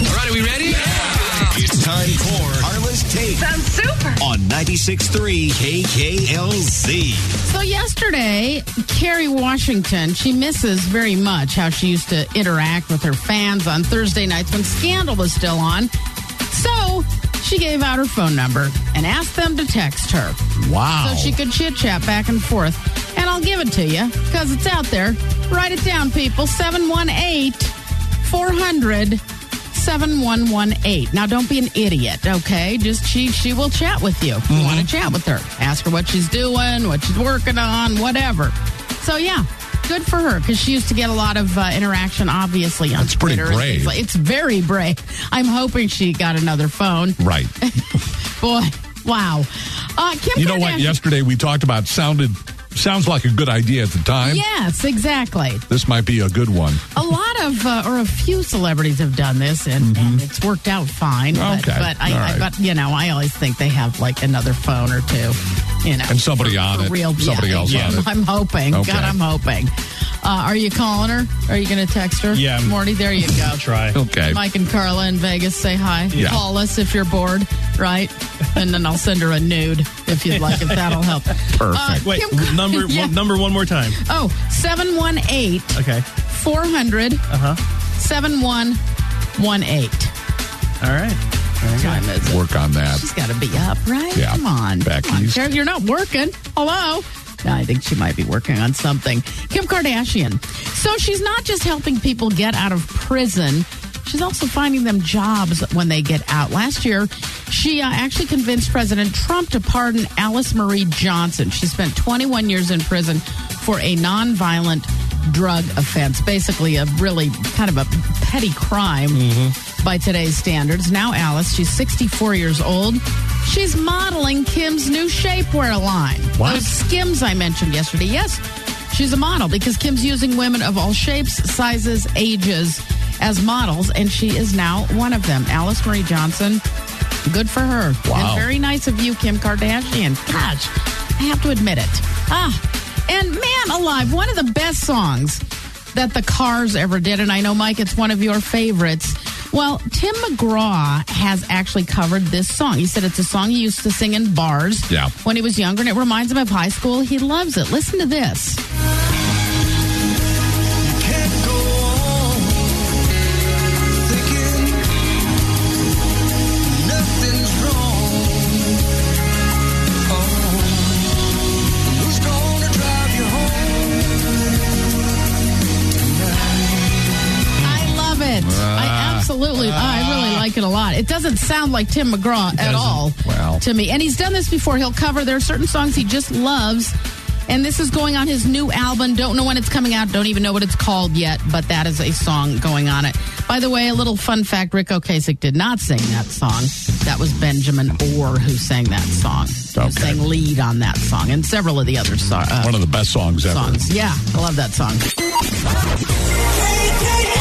right, we ready? It's time for Carla's Take Sounds super. on 96.3 KKLZ. So yesterday, Carrie Washington, she misses very much how she used to interact with her fans on Thursday nights when Scandal was still on. So she gave out her phone number and asked them to text her Wow. so Oh. she could chit chat back and forth. And I'll give it to you because it's out there. Write it down, people. 718 400 7118. Now, don't be an idiot, okay? Just she she will chat with you. Mm-hmm. You want to chat with her. Ask her what she's doing, what she's working on, whatever. So, yeah, good for her because she used to get a lot of uh, interaction, obviously, on That's pretty Twitter and brave. things like- It's very brave. I'm hoping she got another phone. Right. Boy, wow. Uh, Kim You know what? Kardashian- Yesterday we talked about sounded sounds like a good idea at the time. Yes, exactly. This might be a good one. A lot of, uh, or a few celebrities have done this, and, and it's worked out fine. But, Mm-hmm. Okay, but, I, all right. I, but you know, I always think they have like another phone or two. You know, And somebody for- on for it. Real, Somebody yeah, else on I'm- it. I'm hoping. Okay. God, I'm hoping. Uh, are you calling her? Are you going to text her? Yeah, I'm- Morty. There you go. Try. Okay. Mike and Carla in Vegas say hi. Yeah. Call us if you're bored, right? and then I'll send her a nude if you'd like, if that'll help. Uh, Perfect. Wait, Kim Ka- number Yeah. one, number one more time. Oh, 718 Okay. 400 Uh-huh. 7118. All right. Time is it? Work on that. She's got to be up, right? Yeah. Come on. Back Come on, east. Karen, You're not working. Hello? No, I think she might be working on something. Kim Kardashian. So she's not just helping people get out of prison. She's also finding them jobs when they get out. Last year, she uh, actually convinced President Trump to pardon Alice Marie Johnson. She spent 21 years in prison for a nonviolent drug offense, basically a really kind of a petty crime by today's standards. Now, Alice, she's 64 years old. She's modeling Kim's new shapewear line. What? Those skims I mentioned yesterday. Yes, she's a model because Kim's using women of all shapes, sizes, ages as models, and she is now one of them. Alice Marie Johnson. Good for her. Wow. And very nice of you, Kim Kardashian. Gosh, I have to admit it. Ah, and man alive, one of the best songs that the Cars ever did. And I know, Mike, it's one of your favorites. Well, Tim McGraw has actually covered this song. He said it's a song he used to sing in bars Yeah. when he was younger, and it reminds him of high school. He loves it. Listen to this. Can't go on thinking nothing's wrong. Oh, who's gonna drive you home? I love it. I absolutely, I really like it a lot. It doesn't sound like Tim McGraw at all Wow. to me. And he's done this before. He'll cover, there are certain songs he just loves. And this is going on his new album. Don't know when it's coming out. Don't even know what it's called yet, but that is a song going on it. By the way, a little fun fact Rick Ocasek did not sing that song. That was Benjamin Orr who sang that song. Who Okay. sang lead on that song and several of the other so- uh, One of the best songs ever. songs. Yeah, I love that song. KKLZ.